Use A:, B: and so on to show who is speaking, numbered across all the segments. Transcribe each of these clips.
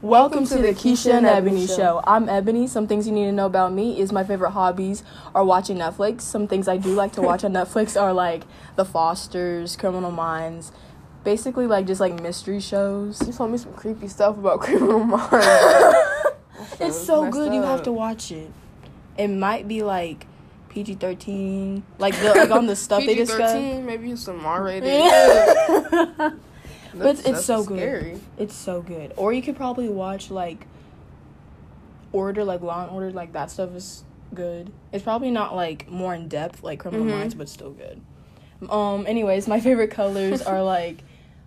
A: Welcome to the Keisha and Ebony Show. I'm Ebony. Some things you need to know about me is my favorite hobbies are watching Netflix. Some things I do like to watch on Netflix are like The Fosters, Criminal Minds, basically like just like mystery shows.
B: You told me some creepy stuff about Criminal Minds.
A: It's so good. You have to watch it. It might be like PG thirteen, like the, like on the stuff they discuss.
B: PG-13, maybe some R-rated.
A: Yeah. But it's-
B: That
A: it's
B: stuff
A: so
B: is
A: good.
B: Scary.
A: It's so good. Or you could probably watch like Order, like Law and Order, like that stuff is good. It's probably not like more in depth like Criminal
B: Mhm.
A: Minds, but still good. Um. Anyways, my favorite colors are like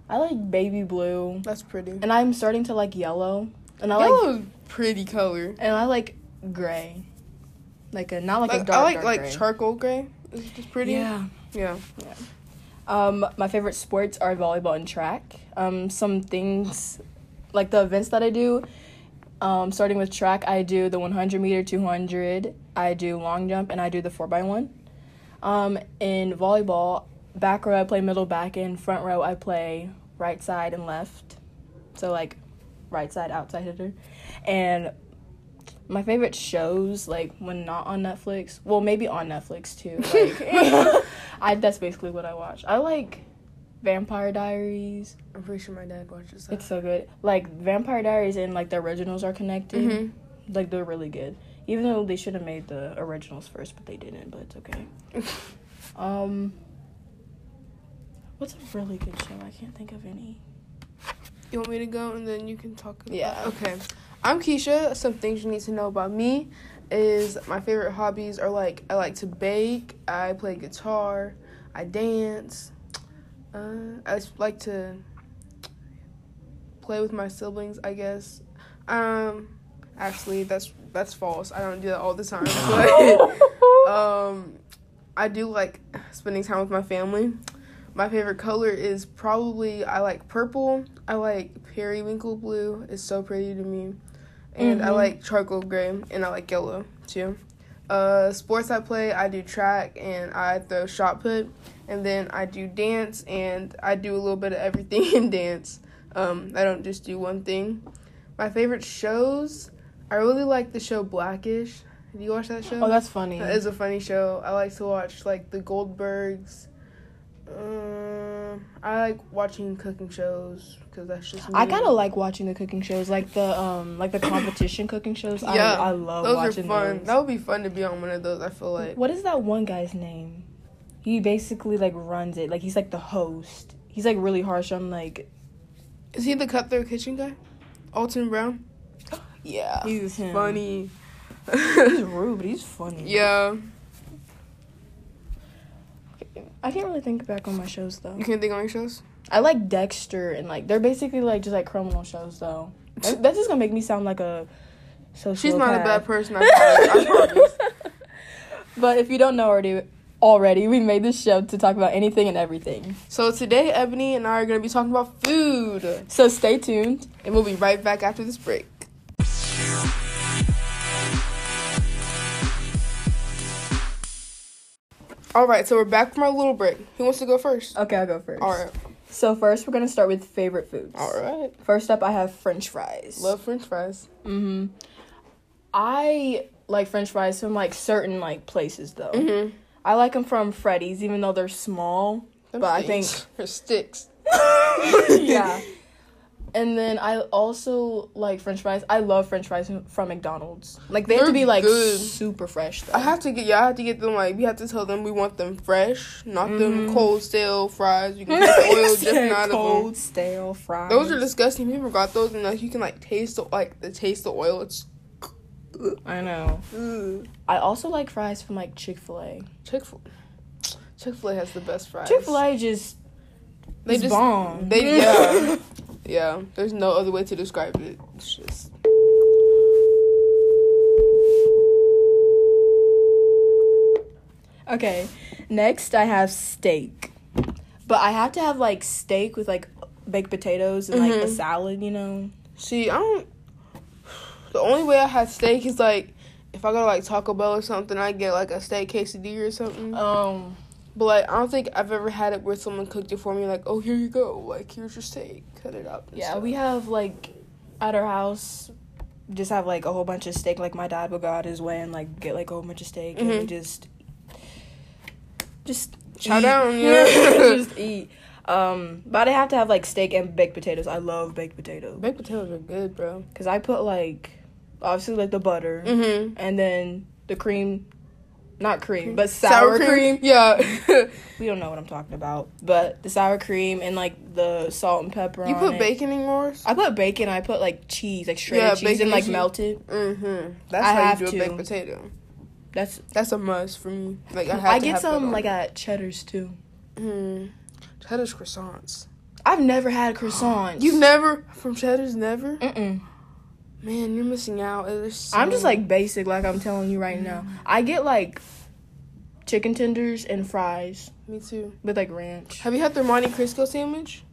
A: I like baby blue,
B: That's pretty.
A: and I'm starting to like yellow, and I like
B: Yellow's pretty color.
A: and I like gray, like a not like,
B: Like,
A: a dark
B: I like
A: dark
B: like
A: gray.
B: charcoal gray. It's just pretty.
A: Yeah.
B: Yeah.
A: Um, my favorite sports are volleyball and track. Um, some things, like the events that I do, um, starting with track, I do the 100 meter, 200, I do long jump, and I do the 4x1. Um, in volleyball, back row, I play middle back, and front row, I play right side and left. So, like, right side, outside hitter. And my favorite shows, like, when not on Netflix, well, maybe on Netflix too. Like, I, that's basically what I watch. I like Vampire Diaries.
B: I'm pretty sure my dad watches that.
A: It's so good. Like Vampire Diaries and like the originals are connected.
B: Mhm.
A: Like they're really good. Even though they should have made the originals first, but they didn't. But it's okay. um, what's a really good show? I can't think of any.
B: You want me to go and then you can talk? About
A: Yeah.
B: Okay. I'm Keisha. Some things you need to know about me is my favorite hobbies are like I like to bake, I play guitar, I dance, uh, I s- like to play with my siblings. I guess. Um, actually, that's that's false. I don't do that all the time. But um, I do like spending time with my family. My favorite color is probably I like purple. I like periwinkle blue. It's so pretty to me, and I
A: Mhm.
B: like charcoal gray, and I like yellow too. Uh, sports I play, I do track and I throw shot put, and then I do dance and I do a little bit of everything in dance. Um, I don't just do one thing. My favorite shows, I really like the show Blackish. Do you watch that show?
A: oh, that's funny.
B: That is a funny show. I like to watch like the Goldbergs. Um, I like watching cooking shows because that's just. Me.
A: I kind of like watching the cooking shows, like the um, like the competition cooking shows.
B: Yeah,
A: I, I love
B: those are
A: watching
B: fun.
A: those.
B: That would be fun to be on one of those. I feel like.
A: What is that one guy's name? He basically like runs it. Like he's like the host. He's like really harsh on like
B: Is he the cutthroat kitchen guy? Alton Brown.
A: yeah.
B: He's
A: him.
B: funny.
A: He's rude, but he's funny.
B: yeah,
A: I can't really think back on my shows though.
B: you can think of any shows.
A: I like Dexter and like they're basically like just like criminal shows though. That- That's just gonna make me sound like a sociopath.
B: She's not a bad person. I promise. I promise.
A: but if you don't know already, already we made this show to talk about anything and everything.
B: So today, Ebony and I are gonna be talking about food,
A: So stay tuned.
B: and we'll be right back after this break. All right, so we're back from our little break. Who wants to go first?
A: Okay, I'll go first.
B: All right,
A: So first, we're gonna start with favorite foods.
B: all right.
A: First up, I have French fries.
B: Love French fries.
A: Mm-hmm. I like French fries from like certain like places though.
B: Mm-hmm.
A: I like them from Freddy's, even though they're small. But I
B: for sticks.
A: yeah. And then I also like French fries. I love French fries from- from McDonald's. Like they have to
B: They're
A: be like
B: good.
A: super fresh. Though.
B: I have to get yeah, I have to get them like we have to tell them we want them fresh, not them
A: Mhm.
B: cold stale fries. You can get the oil just
A: Said
B: not of them.
A: cold stale fries.
B: Those are disgusting. People got those, and like you can like taste the like the taste of oil. It's
A: I know. I also like fries from like Chick Fil A.
B: Chick Fil Chick Fil A has the best fries.
A: Chick Fil A just
B: they
A: is
B: just
A: bomb.
B: they yeah yeah. There's no other way to describe it. It's just
A: Okay. Next, I have steak. But I have to have like steak with like baked potatoes and like a
B: Mhm.
A: salad, you know?
B: see I don't. The only way I have steak is like if I go to like Taco Bell or something, I get like a steak quesadilla or something.
A: Um,
B: But like, I don't think I've ever had it where someone cooked it for me. Like, oh, here you go. Like, here's your steak. Cut it up. and
A: yeah,
B: stuff.
A: we have like at our house, just have like a whole bunch of steak. Like my dad would go out his way and like get like a whole bunch of steak and we
B: Mhm.
A: just just
B: Chow
A: eat.
B: down, yeah.
A: just eat. Um, but I have to have like steak and baked potatoes. I love baked potatoes
B: Baked potatoes are good, bro.
A: because I put like obviously like the butter
B: Mm-hmm.
A: and then the cream, not cream, but
B: Sour,
A: sour
B: cream.
A: cream.
B: Yeah.
A: We don't know what I'm talking about, but the sour cream and like the salt and pepper.
B: you
A: on
B: put
A: it.
B: bacon in yours?
A: I put bacon. I put like cheese, like shredded
B: Yeah,
A: cheese, and
B: bacon and
A: like
B: cheese.
A: melted.
B: Mm-hmm. That's
A: I
B: how
A: have
B: you
A: to.
B: do a baked potato.
A: That's
B: That's a must for me. Like I have
A: Hmm. I
B: to
A: get
B: have that
A: some
B: on.
A: like at Cheddar's too.
B: Mm. Cheddar's croissants.
A: I've never had croissants.
B: You've never from Cheddar's never?
A: Mm-mm.
B: Man, you're missing out. There's so- Mm.
A: I'm just like basic, like I'm telling you right now. I get like chicken tenders and fries
B: me too.
A: with like ranch.
B: Have you had the Monte Crisco sandwich?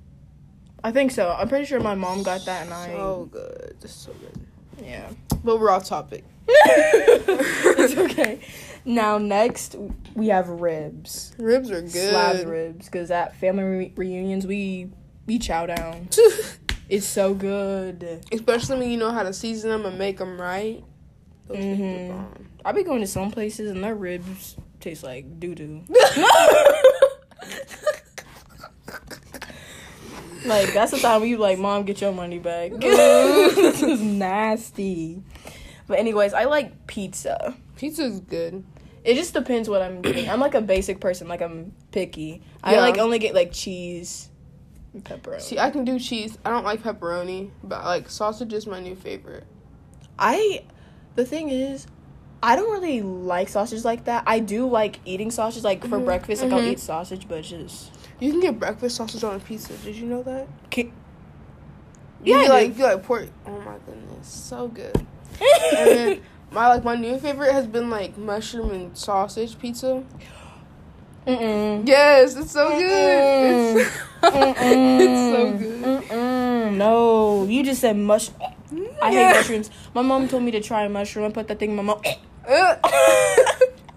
A: I think so. I'm pretty sure my mom got that, and I
B: So good. That's so good.
A: yeah.
B: But we're off topic.
A: it's okay. Now next we have ribs,
B: Ribs are good.
A: slab ribs, because at family re- reunions we we chow down. It's so good.
B: Especially when you know how to season them and make them right. Those things are
A: Mhm.
B: bomb.
A: I be going to some places and their ribs taste like doo doo. like that's the time where you like, mom, get your money back. this is nasty. But anyways, I like pizza.
B: Pizza's good.
A: It just depends what I'm getting. I'm like a basic person. Like I'm picky. I
B: Yeah.
A: like only get like cheese, and pepperoni.
B: See, I can do cheese. I don't like pepperoni, but like sausage is my new favorite.
A: I, the thing is, I don't really like sausages like that. I do like eating sausage, like for
B: Mhm.
A: breakfast. Like I'll
B: Mhm.
A: eat sausage, but it's just
B: You can get breakfast sausage on a pizza. Did you know that?
A: Ki-
B: You
A: Yeah,
B: get,
A: I
B: like
A: do.
B: you like pork. Oh my goodness, so good. And then my like my new favorite has been like mushroom and sausage pizza.
A: Mm-mm.
B: Yes, it's so
A: Mm-mm.
B: good. It's, it's so
A: Mm-mm.
B: good.
A: Mm-mm. No, you just said mush. I hate
B: Yeah.
A: mushrooms. My mom told me to try a mushroom. I put that thing in my mouth.
B: Ugh.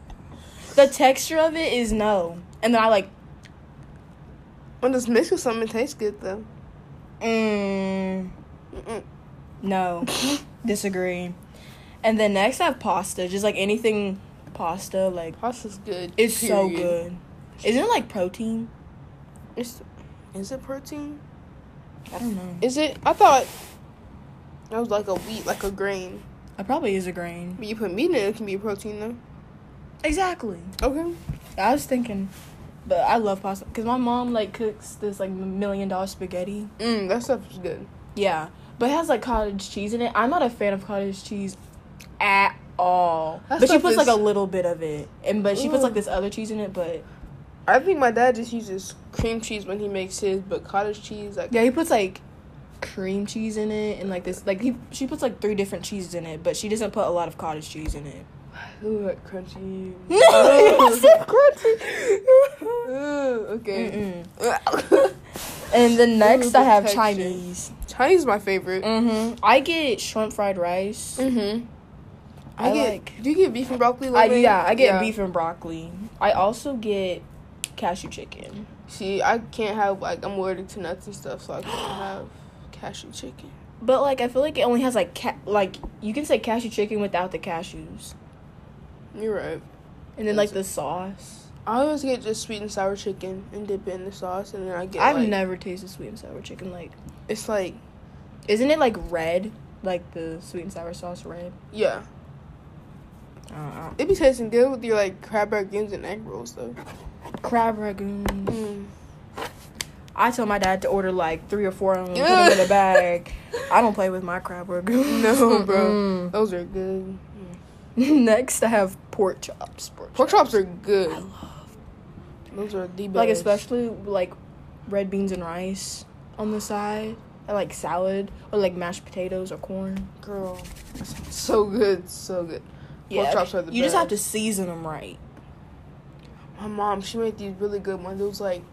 A: the texture of it is no, and then I like.
B: when it's mixed with something, it tastes good though.
A: Mm,
B: Mm-mm.
A: no, disagree. And then next, I have pasta. Just like anything pasta, like
B: Pasta's good.
A: it's so
B: period.
A: good. Isn't it like protein?
B: It's, is it protein?
A: I don't know.
B: Is it? I thought that was like a wheat, like a grain.
A: It probably is a grain.
B: But you put meat in it, it can be a protein though.
A: Exactly.
B: Okay.
A: I was thinking, but I love pasta because my mom like cooks this like million dollar spaghetti.
B: Mm, that stuff is good.
A: Yeah, but it has like cottage cheese in it. I'm not a fan of cottage cheese at all.
B: That
A: but she
B: stuff
A: puts
B: is-
A: like a little bit of it, and but she puts like
B: Ooh.
A: this other cheese in it. But
B: I think my dad just uses cream cheese when he makes his, but cottage cheese, like
A: yeah, he puts like cream cheese in it, and like this like he she puts like three different cheeses in it, but she doesn't put a lot of cottage cheese in it.
B: ooh, that crunchy.
A: It's so
B: crunchy. ooh, okay.
A: Mm-mm. And then next
B: the
A: I have
B: texture.
A: Chinese.
B: Chinese is my favorite.
A: Mm-hmm. I get shrimp fried rice.
B: Mm-hmm.
A: Mm,
B: I,
A: I
B: get.
A: like-
B: Do you get beef and broccoli?
A: I
B: lately?
A: yeah, I get beef and broccoli. I also get cashew chicken.
B: See, I can't have like I'm allergic to nuts and stuff, so I can't have cashew chicken.
A: But like I feel like it only has like ca- like you can say cashew chicken without the cashews.
B: You're right.
A: And then like the sauce.
B: I always get just sweet and sour chicken and dip it in the sauce, and then I get.
A: I've
B: like,
A: never tasted sweet and sour chicken like
B: It's like
A: isn't it like red? Like the sweet and sour sauce red?
B: yeah,
A: Uh,
B: it be tasting good with your like crab ragoons and egg rolls though.
A: crab ragoons.
B: Mm.
A: I tell my dad to order like three or four of them, put them in a bag. I don't play with my crab ragoons.
B: No, bro. Those are good.
A: Next, I have pork chops. Pork,
B: Pork chops are good.
A: I love
B: Those are the best.
A: like especially like red beans and rice on the side, and like salad or like mashed potatoes or corn.
B: girl. So good, so good. Pork chops are the
A: you
B: best.
A: just have to season them right.
B: My mom, she made these really good ones. It was like,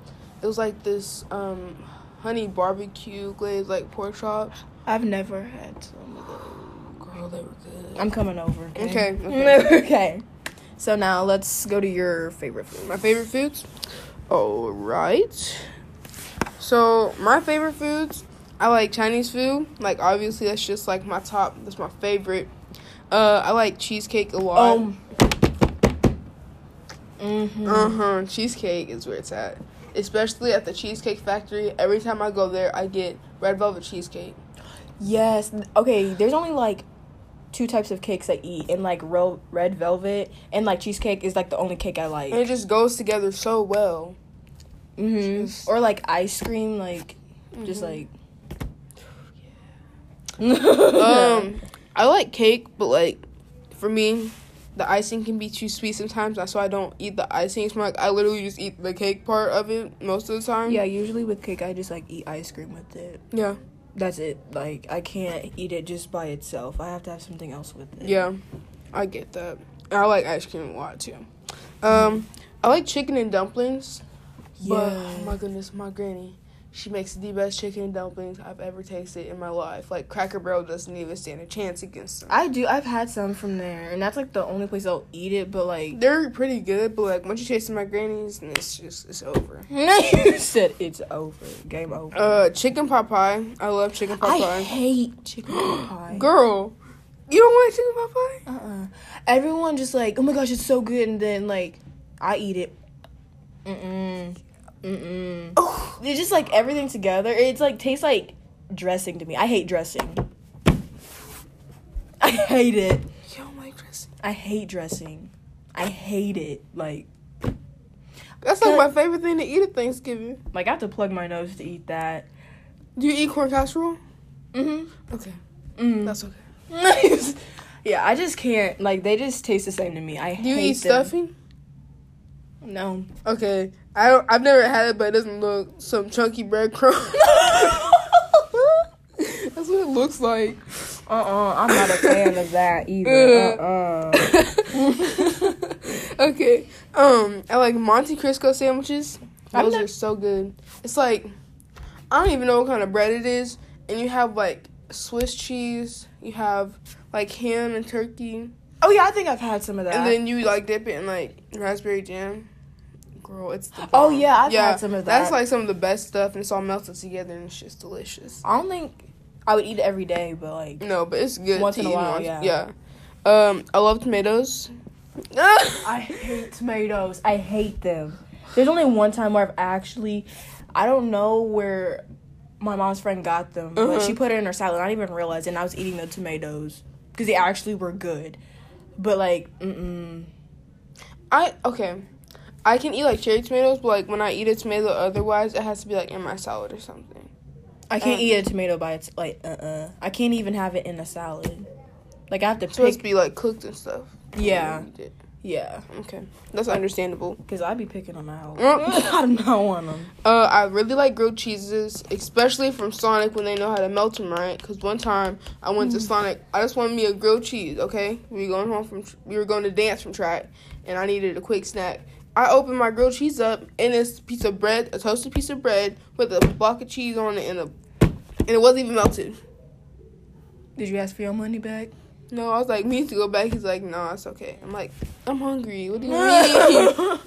B: it was like this um, honey barbecue glazed like pork chops.
A: I've never had some of those.
B: Girl, they were good.
A: I'm coming over. Okay.
B: Okay, okay.
A: okay. So now let's go to your favorite food.
B: My favorite foods. All right. So my favorite foods. I like Chinese food. Like obviously that's just like my top. That's my favorite. Uh, I like cheesecake a lot.
A: Um. Mm-hmm.
B: Uh huh. Cheesecake is where it's at. Especially at the Cheesecake Factory. Every time I go there, I get red velvet cheesecake.
A: Yes. th- Okay. There's only like two types of cakes I eat, and like ro- red velvet and like cheesecake is like the only cake I like.
B: And it just goes together so well.
A: hmm
B: Just-
A: Or like ice cream, like just
B: Mhm.
A: like. um.
B: um, I like cake, but like for me, the icing can be too sweet sometimes. That's why I don't eat the icing. It's more like I literally just eat the cake part of it most of the time.
A: Yeah. Usually with cake, I just like eat ice cream with it.
B: yeah,
A: That's it. Like I can't eat it just by itself. I have to have something else with it.
B: yeah. I get that. And I like ice cream a lot too. Um, I like chicken and dumplings. But
A: Yeah.
B: oh my goodness, my granny, she makes the best chicken and dumplings I've ever tasted in my life. Like Cracker Barrel doesn't even stand a chance against them.
A: I do. I've had some from there, and that's like the only place I'll eat it. But like,
B: They're pretty good, but like once you taste my granny's, and it's just it's over.
A: you said it's over. Game over.
B: Uh, chicken pot pie. I love chicken pot
A: I
B: pie.
A: hate chicken pie.
B: Girl, you don't like chicken pot pie?
A: Uh-uh. Everyone just like, oh my gosh, it's so good, and then like, I eat it. Mm-mm. Mm-mm.
B: Oh,
A: It's just like everything together. It's like tastes like dressing to me. I hate dressing. I hate it.
B: you don't like dressing.
A: I hate dressing. I hate it. Like,
B: That's like my favorite thing to eat at Thanksgiving.
A: like I have to plug my nose to eat that.
B: Do you eat corn casserole?
A: Mm-hmm.
B: Okay,
A: Mm.
B: that's okay.
A: yeah, I just can't. Like, they just taste the same to me. I
B: Do you
A: hate
B: eat
A: them.
B: stuffing?
A: No.
B: Okay, I don't, I've never had it, but it doesn't look some chunky breadcrumbs. That's what it looks like.
A: Uh uh-uh, uh, i am not a fan of that either.
B: Ugh.
A: Uh uh
B: okay. Um, I like Monte Crisco sandwiches.
A: I've
B: Those
A: nev-
B: are so good. It's like I don't even know what kind of bread it is, and you have like Swiss cheese. You have like ham and turkey,
A: Oh yeah, I think I've had some of that.
B: and then you like dip it in like raspberry jam. Girl, it's the
A: Oh,
B: bomb.
A: yeah, I've had some of
B: That's
A: that.
B: like some of the best stuff, and it's all melted together, and it's just delicious.
A: I don't think I would eat it every day, but like
B: No, but it's good.
A: Once
B: to
A: in a
B: eat
A: while,
B: once-
A: yeah.
B: Yeah. Um, I love tomatoes.
A: I hate tomatoes. I hate them. There's only one time where I've actually I don't know where my mom's friend got them,
B: Uh-huh.
A: but she put it in her salad. I didn't even realize it, and I was eating the tomatoes because they actually were good. But like, mm-mm.
B: I okay. I can eat like cherry tomatoes, but like when I eat a tomato, otherwise it has to be like in my salad or something.
A: I can't
B: Um,
A: eat a tomato by its like uh-uh. I can't even have it in a salad. Like I have to
B: It's supposed
A: pick.
B: to be like cooked and stuff.
A: Yeah,
B: You did.
A: yeah.
B: Okay, that's understandable.
A: Cause I be picking them out.
B: Mm.
A: I do not want them.
B: Uh, I really like grilled cheeses, especially from Sonic when they know how to melt them right. Cause one time I went to Sonic, I just wanted me a grilled cheese. Okay, we were going home from tr- we were going to dance from track, and I needed a quick snack. I opened my grilled cheese up, and it's a piece of bread, a toasted piece of bread with a block of cheese on it, and a and it wasn't even melted.
A: Did you ask for your money back?
B: No, I was like, we need to go back. He's like, no, it's okay. I'm like, I'm hungry. What do you mean?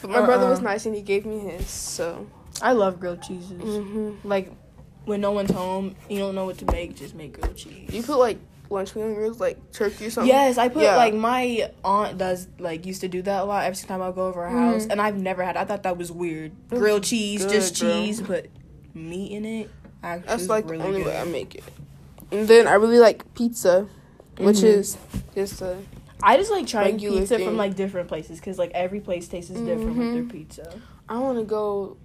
B: but my brother was
A: Uh-uh.
B: nice and he gave me his. So,
A: I love grilled cheeses.
B: hmm
A: Like when no one's home, you don't know what to make. Just make grilled cheese.
B: you put like lunch meat on yours, like turkey or something.
A: yes, I put
B: Yeah.
A: like my aunt does like used to do that a lot every time I go over her house,
B: Mhm.
A: and I've never had. I thought that was weird.
B: That's
A: Grilled cheese,
B: good,
A: just
B: bro.
A: cheese, but meat in it. Actually,
B: That's
A: is
B: like
A: really
B: the only
A: good.
B: way I make it. And then I really like pizza, which
A: Mhm.
B: is just a.
A: I just like trying
B: regular
A: pizza
B: thing.
A: from like different places because like every place tastes different with
B: Mhm.
A: their pizza.
B: I want to go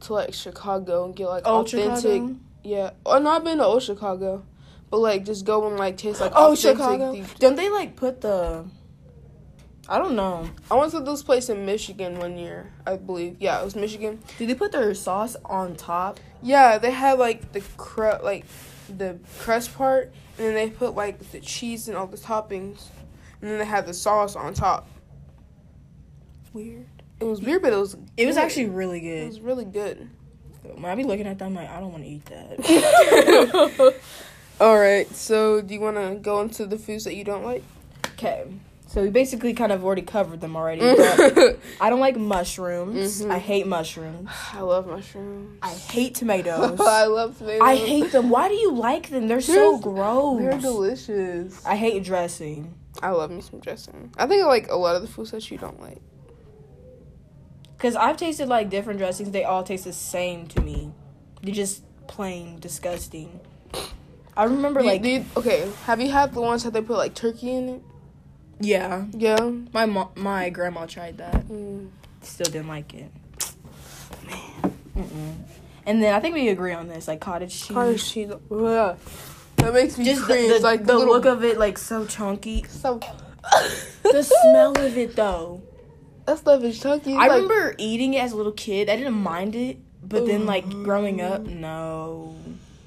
B: to like Chicago and get like
A: Oh,
B: authentic.
A: Chicago?
B: Yeah. Oh, no, I've been to old Chicago. But like, just go and like taste like
A: Oh,
B: authentic
A: Chicago.
B: deep-
A: Don't they like put the? I don't know.
B: I went to this place in Michigan one year, I believe. Yeah, it was Michigan.
A: Do they put their sauce on top?
B: Yeah, they had like the cru- like the crust part, and then they put like the cheese and all the toppings, and then they had the sauce on top.
A: Weird.
B: It was weird, but it was
A: It was
B: good.
A: actually really
B: it
A: good.
B: was really good.
A: When I be looking at that, I'm like, I don't want to eat that.
B: all right, so do you want to go into the foods that you don't like?
A: okay. So we basically kind of already covered them already. But I don't like mushrooms.
B: Mhm.
A: I hate mushrooms.
B: I love mushrooms.
A: I hate tomatoes.
B: I love tomatoes.
A: I hate them. Why do you like them? They're so
B: They're- They're
A: gross.
B: delicious.
A: I hate dressing.
B: I love me some dressing. I think I like a lot of the foods that you don't like.
A: Because I've tasted like different dressings. They all taste the same to me. They're just plain disgusting. I remember
B: Do you-
A: like.
B: do you- okay, have you had the ones that they put like turkey in it?
A: yeah.
B: Yeah.
A: My, mo- my grandma tried that.
B: Mm.
A: Still didn't like it. Man. Mm-mm. And then I think we agree on this. Like cottage cheese.
B: Cottage cheese. Ugh. That makes me
A: just the,
B: cringe.
A: the,
B: like
A: the
B: little,
A: look of it like so chunky
B: so.
A: the smell of it though
B: That stuff is chunky. It's
A: i
B: like-
A: remember eating it as a little kid i didn't mind it but
B: Oh,
A: then like growing up no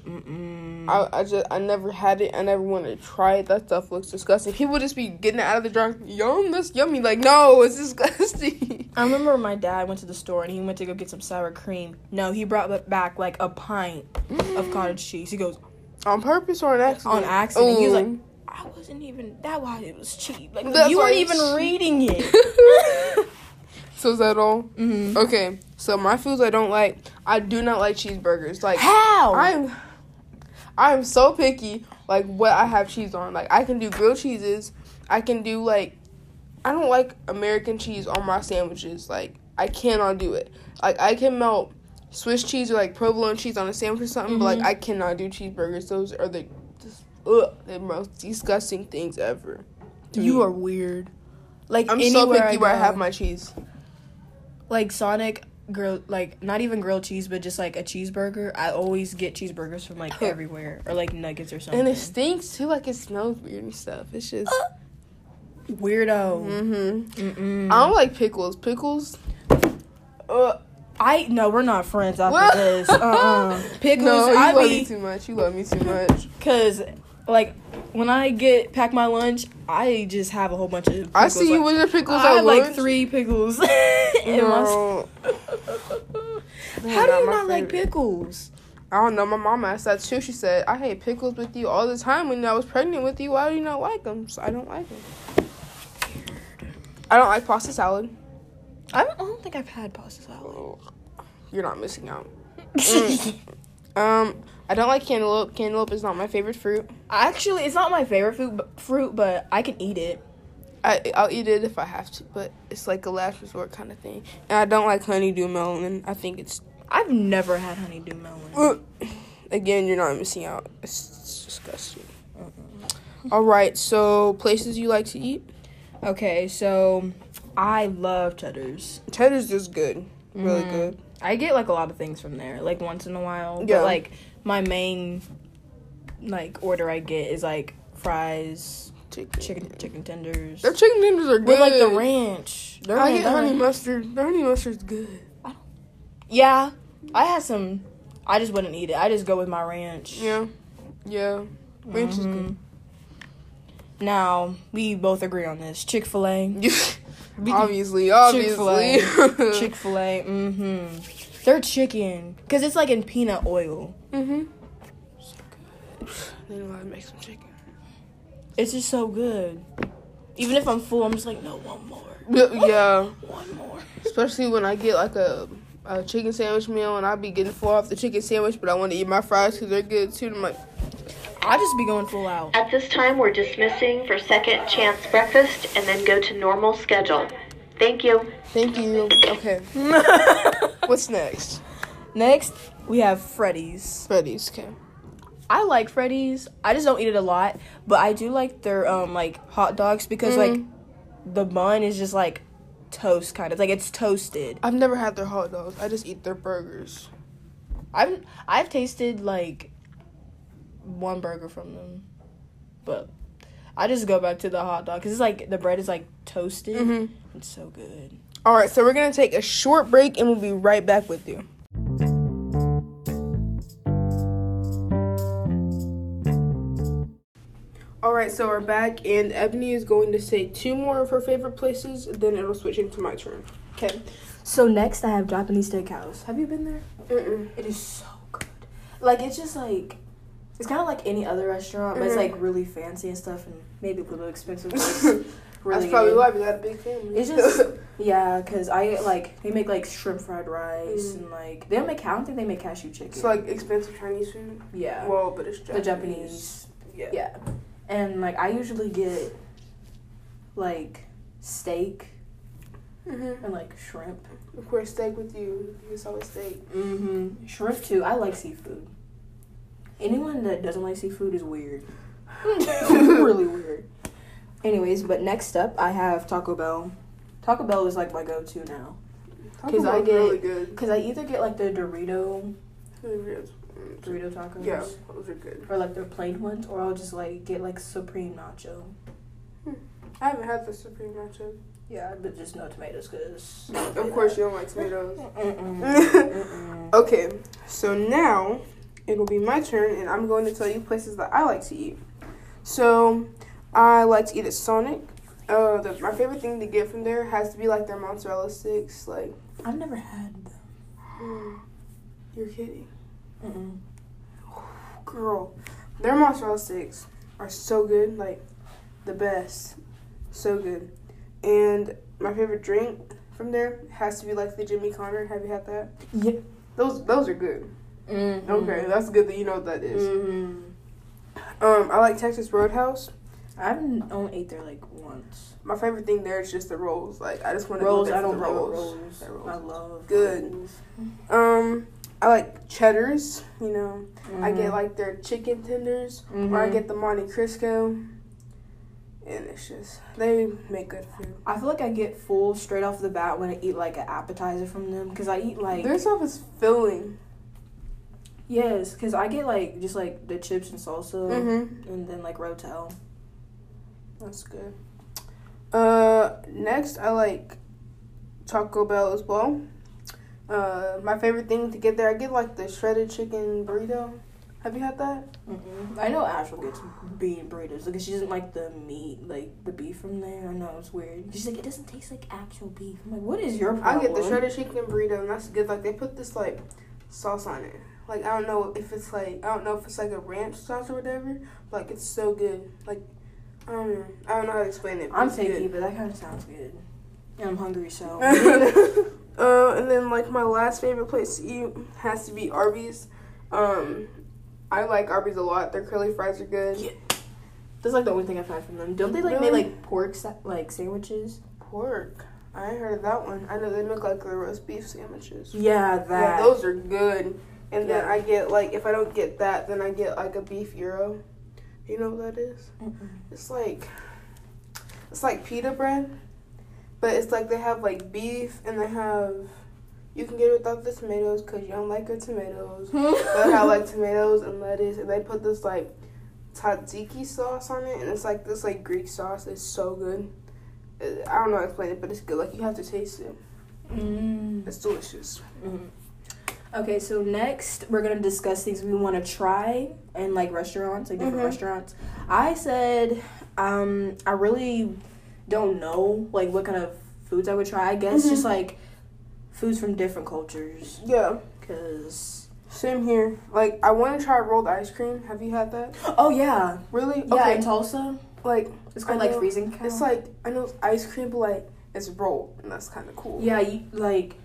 A: Mm-mm.
B: mm. I, I just I never had it. I never wanted to try it. That stuff looks disgusting. People just be getting it out of the jar. Yum, that's yummy. Like no, it's disgusting.
A: I remember my dad went to the store and he went to go get some sour cream no he brought ba- back like a pint
B: Mm.
A: of cottage cheese he goes
B: On purpose or an accident?
A: on accident he was like
B: Ooh.
A: i wasn't even that why it was cheap like
B: oh. That's
A: you
B: why
A: weren't
B: it's
A: even
B: cheap."
A: reading it
B: Oh. so is that all?
A: Mhm.
B: Okay. So my foods I don't like. I do not like cheeseburgers. Like
A: how
B: I'm I'm so picky like what I have cheese on. Like I can do grilled cheeses. I can do like I don't like American cheese on my sandwiches. Like I cannot do it. Like I can melt Swiss cheese or like provolone cheese on a sandwich or something, but like
A: Mhm.
B: I cannot do cheeseburgers. Those are the just, ugh, the most disgusting things ever. to
A: you
B: me.
A: are weird like
B: I'm so
A: anywhere
B: picky where I
A: go.
B: have my cheese.
A: like Sonic grill like not even grilled cheese but just like a cheeseburger. I always get cheeseburgers from like everywhere or like nuggets or something.
B: And it stinks too, like it smells weird and stuff. It's just
A: weirdo.
B: mm-hmm.
A: Mm-mm.
B: I don't like pickles. Pickles
A: Uh, I no, we're not friends after
B: What?
A: this. Uh-uh. Pickles,
B: No, you love
A: I
B: me
A: be
B: too much. You love me too much.
A: because like when I get pack my lunch, I just have a whole bunch of. Pickles.
B: I see you
A: Like,
B: with your pickles
A: I
B: at
A: have
B: lunch.
A: like three pickles in my. s-
B: Girl, they're
A: How do you
B: my
A: not like
B: favorite.
A: pickles?
B: I don't know. My mom asked that too. She said, "I had pickles with you all the time when I was pregnant with you. Why do you not like them?" So I don't like them. I don't like pasta salad.
A: I don't, I don't think I've had pasta salad.
B: You're not missing out. Mm. Um, I don't like cantaloupe. Cantaloupe is not my favorite fruit.
A: Actually, it's not my favorite food, but, fruit, but I can eat it.
B: I I'll eat it if I have to, but it's like a last resort kind of thing. And I don't like honeydew melon. I think it's
A: I've never had honeydew melon.
B: Ugh. Again, you're not missing out. It's disgusting. All right, so places you like to eat.
A: Okay, so I love Cheddar's.
B: Cheddar's is good, really
A: Mhm.
B: good.
A: I get like a lot of things from there, like once in a while.
B: Yeah.
A: But like my main like order I get is like fries,
B: Chicken.
A: chicken chicken tenders.
B: Their chicken tenders are good.
A: With like the ranch. Their
B: I
A: ran-
B: get
A: their
B: honey
A: ran-
B: mustard. The honey mustard's good.
A: Yeah. I had some I just wouldn't eat it. I just go with my ranch.
B: Yeah, yeah. Ranch is
A: Mhm. Now, we both agree on this. Chick-fil-A.
B: good. obviously, obviously.
A: Chick Fil A. Mm-hmm. Their chicken, cause it's like in peanut oil.
B: Mm-hmm. Then I make some chicken.
A: It's just so good. Even if I'm full, I'm just like, no, one more,
B: Yeah, yeah.
A: one more.
B: Especially when I get like a, a chicken sandwich meal and I be getting full off the chicken sandwich, but I want to eat my fries because they're good too. And I'm like,
A: I just be going full out.
C: At this time, we're dismissing for second chance breakfast and then go to normal schedule. Thank you.
B: thank you. Okay, what's next?
A: Next, we have Freddy's.
B: Freddy's. Okay.
A: I like Freddy's. I just don't eat it a lot, but I do like their um like hot dogs because like the bun is just like toast kind of like it's toasted.
B: I've never had their hot dogs. I just eat their burgers.
A: I've I've tasted like one burger from them, but I just go back to the hot dog because it's like the bread is like toasted.
B: Mhm.
A: It's so good.
B: All right, so we're gonna take a short break and we'll be right back with you. All right, so we're back, and Ebony is going to say two more of her favorite places. Then it'll switch into my turn. Okay.
A: So next, I have Japanese Steakhouse. Have you been there?
B: Mm-mm.
A: It is so good. Like it's just like it's kind of like any other restaurant, but it's
B: Mhm.
A: like really fancy and stuff, and maybe a little expensive. but it's
B: That's
A: really
B: probably
A: good.
B: why we got a big family.
A: It's just yeah, cause I like they make like shrimp fried rice and like they don't make I don't think they make cashew chicken.
B: Mm-hmm. it's like expensive Chinese food.
A: yeah,
B: Well, but it's
A: the
B: Japanese.
A: Japanese.
B: Yeah.
A: Yeah, and like I usually get like steak
B: Mm-hmm.
A: and like shrimp.
B: Of course, steak with you. It's always steak.
A: Mm-hmm. Shrimp too. I like seafood. Anyone that doesn't like seafood is weird. really weird. Anyways, but next up I have Taco Bell. Taco Bell is like my go-to now.
B: Taco
A: 'Cause I
B: Bell's
A: get-
B: really good.
A: Cause I either get like the Dorito
B: Really good. Mm,
A: Dorito tacos.
B: Yeah, those are good.
A: Or like their plain ones, or I'll just like get like Supreme Nacho.
B: I haven't had the supreme nacho.
A: Yeah, but just no tomatoes, cause
B: Of course, you don't like tomatoes.
A: Mm-mm. Mm-mm.
B: okay, so now it'll be my turn, and I'm going to tell you places that I like to eat. So, I like to eat at Sonic. Uh, the, my favorite thing to get from there has to be like their mozzarella sticks. Like,
A: I've never had. them.
B: you're kidding,
A: Mm-mm.
B: girl. Their mozzarella sticks are so good, like the best, so good. And my favorite drink from there has to be like the Jimmy Connor. Have you had that?
A: Yeah.
B: Those those are good.
A: Mm-mm.
B: Okay, that's good that you know what that is.
A: Mm-hmm.
B: Um, I like Texas Roadhouse.
A: I've n- only ate there like once.
B: My favorite thing there is just the rolls. Like I just want to
A: Rolls,
B: Go
A: I
B: there for
A: don't
B: the
A: like rolls.
B: rolls. The
A: I
B: rolls.
A: love
B: Good.
A: rolls.
B: Um, I like cheddars. You know, I get
A: Mhm.
B: like their chicken tenders, or I
A: Mhm.
B: get the Monte Crisco, and it's just they make good food.
A: I feel like I get full straight off the bat when I eat like an appetizer from them because I eat like
B: Their stuff is filling.
A: yes because I get like just like the chips and salsa
B: Mm-hmm.
A: and then like rotel.
B: That's good. Uh, next I like Taco Bell as well. Uh, my favorite thing to get there, I get like the shredded chicken burrito. Have you had that? Mm-hmm.
A: Mm-mm. I know Ash will get bean burritos because she doesn't like the meat, like the beef from there. I know it's weird. She's like, it doesn't taste like actual beef. I'm like, what is your problem?
B: I get the shredded chicken burrito, and that's good. Like they put this like sauce on it. Like I don't know if it's like I don't know if it's like a ranch sauce or whatever. But, like it's so good. Like I don't know. I don't know how to explain it. but
A: I'm
B: it's
A: picky,
B: good.
A: but that kind of sounds good. And I'm hungry, so.
B: uh, and then like my last favorite place to eat has to be Arby's. Um, I like Arby's a lot. Their curly fries are good.
A: Yeah. That's like the only thing I've had from them. Don't they like
B: Really?
A: make like pork sa- like sandwiches?
B: Pork. I ain't heard of that one. I know they make like the roast beef sandwiches.
A: Yeah, that.
B: Yeah, those are good. And then
A: Yeah.
B: I get like if I don't get that, then I get like a beef euro. You know what that is?
A: Mm-mm.
B: It's like it's like pita bread, but it's like they have like beef and they have you can get it without the tomatoes because you don't like your tomatoes. But they have like tomatoes and lettuce, and they put this like tzatziki sauce on it, and it's like this like Greek sauce. It's so good. Uh, I don't know how to explain it, but it's good. Like you have to taste it.
A: Mm.
B: It's delicious.
A: Mhm. Okay, so next we're gonna discuss things we want to try and like restaurants, like different
B: Mhm.
A: restaurants. I said, um, I really don't know like what kind of foods I would try. I guess
B: Mhm.
A: just like foods from different cultures,
B: Yeah.
A: cause
B: Same here. Like I want to try rolled ice cream. Have you had that?
A: oh yeah,
B: Really?
A: yeah,
B: okay.
A: in Tulsa,
B: like
A: it's
B: I
A: called like
B: know.
A: freezing. Cow.
B: it's like I know it's ice cream, but like it's rolled, and that's kind of cool.
A: Yeah, you, like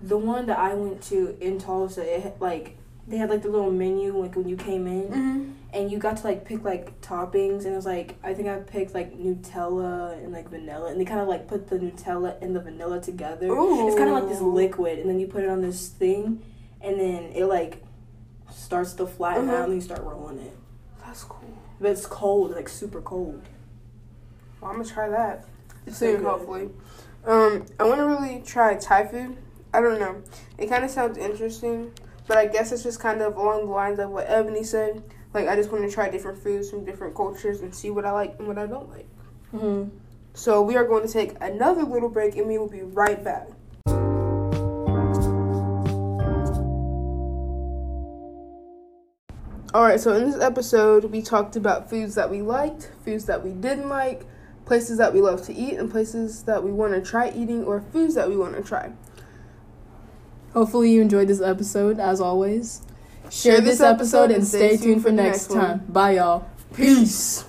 A: the one that I went to in Tulsa, it had, like they had like the little menu like when you came in,
B: hmm
A: and you got to like pick like toppings, and it was like I think I picked like Nutella and like vanilla, and they kind of like put the Nutella and the vanilla together. It's kind of like this
B: Ooh.
A: liquid, and then you put it on this thing, and then it like starts to flatten
B: Mhm.
A: out, and you start rolling it.
B: That's cool.
A: But it's cold, like super cold.
B: Well, I'm gonna try that
A: It's so
B: soon,
A: good.
B: hopefully. Um, I want to really try Thai food. I don't know. It kind of sounds interesting, but I guess it's just kind of along the lines of what Ebony said. Like I just want to try different foods from different cultures and see what I like and what I don't like.
A: Mm-hmm.
B: So we are going to take another little break and we will be right back. Alright, so in this episode, we talked about foods that we liked, foods that we didn't like, places that we love to eat, and places that we want to try eating, or foods that we want to try.
D: Hopefully you enjoyed this episode, as always. Share this episode and stay tuned for next
B: one.
D: time. Bye, y'all.
B: Peace.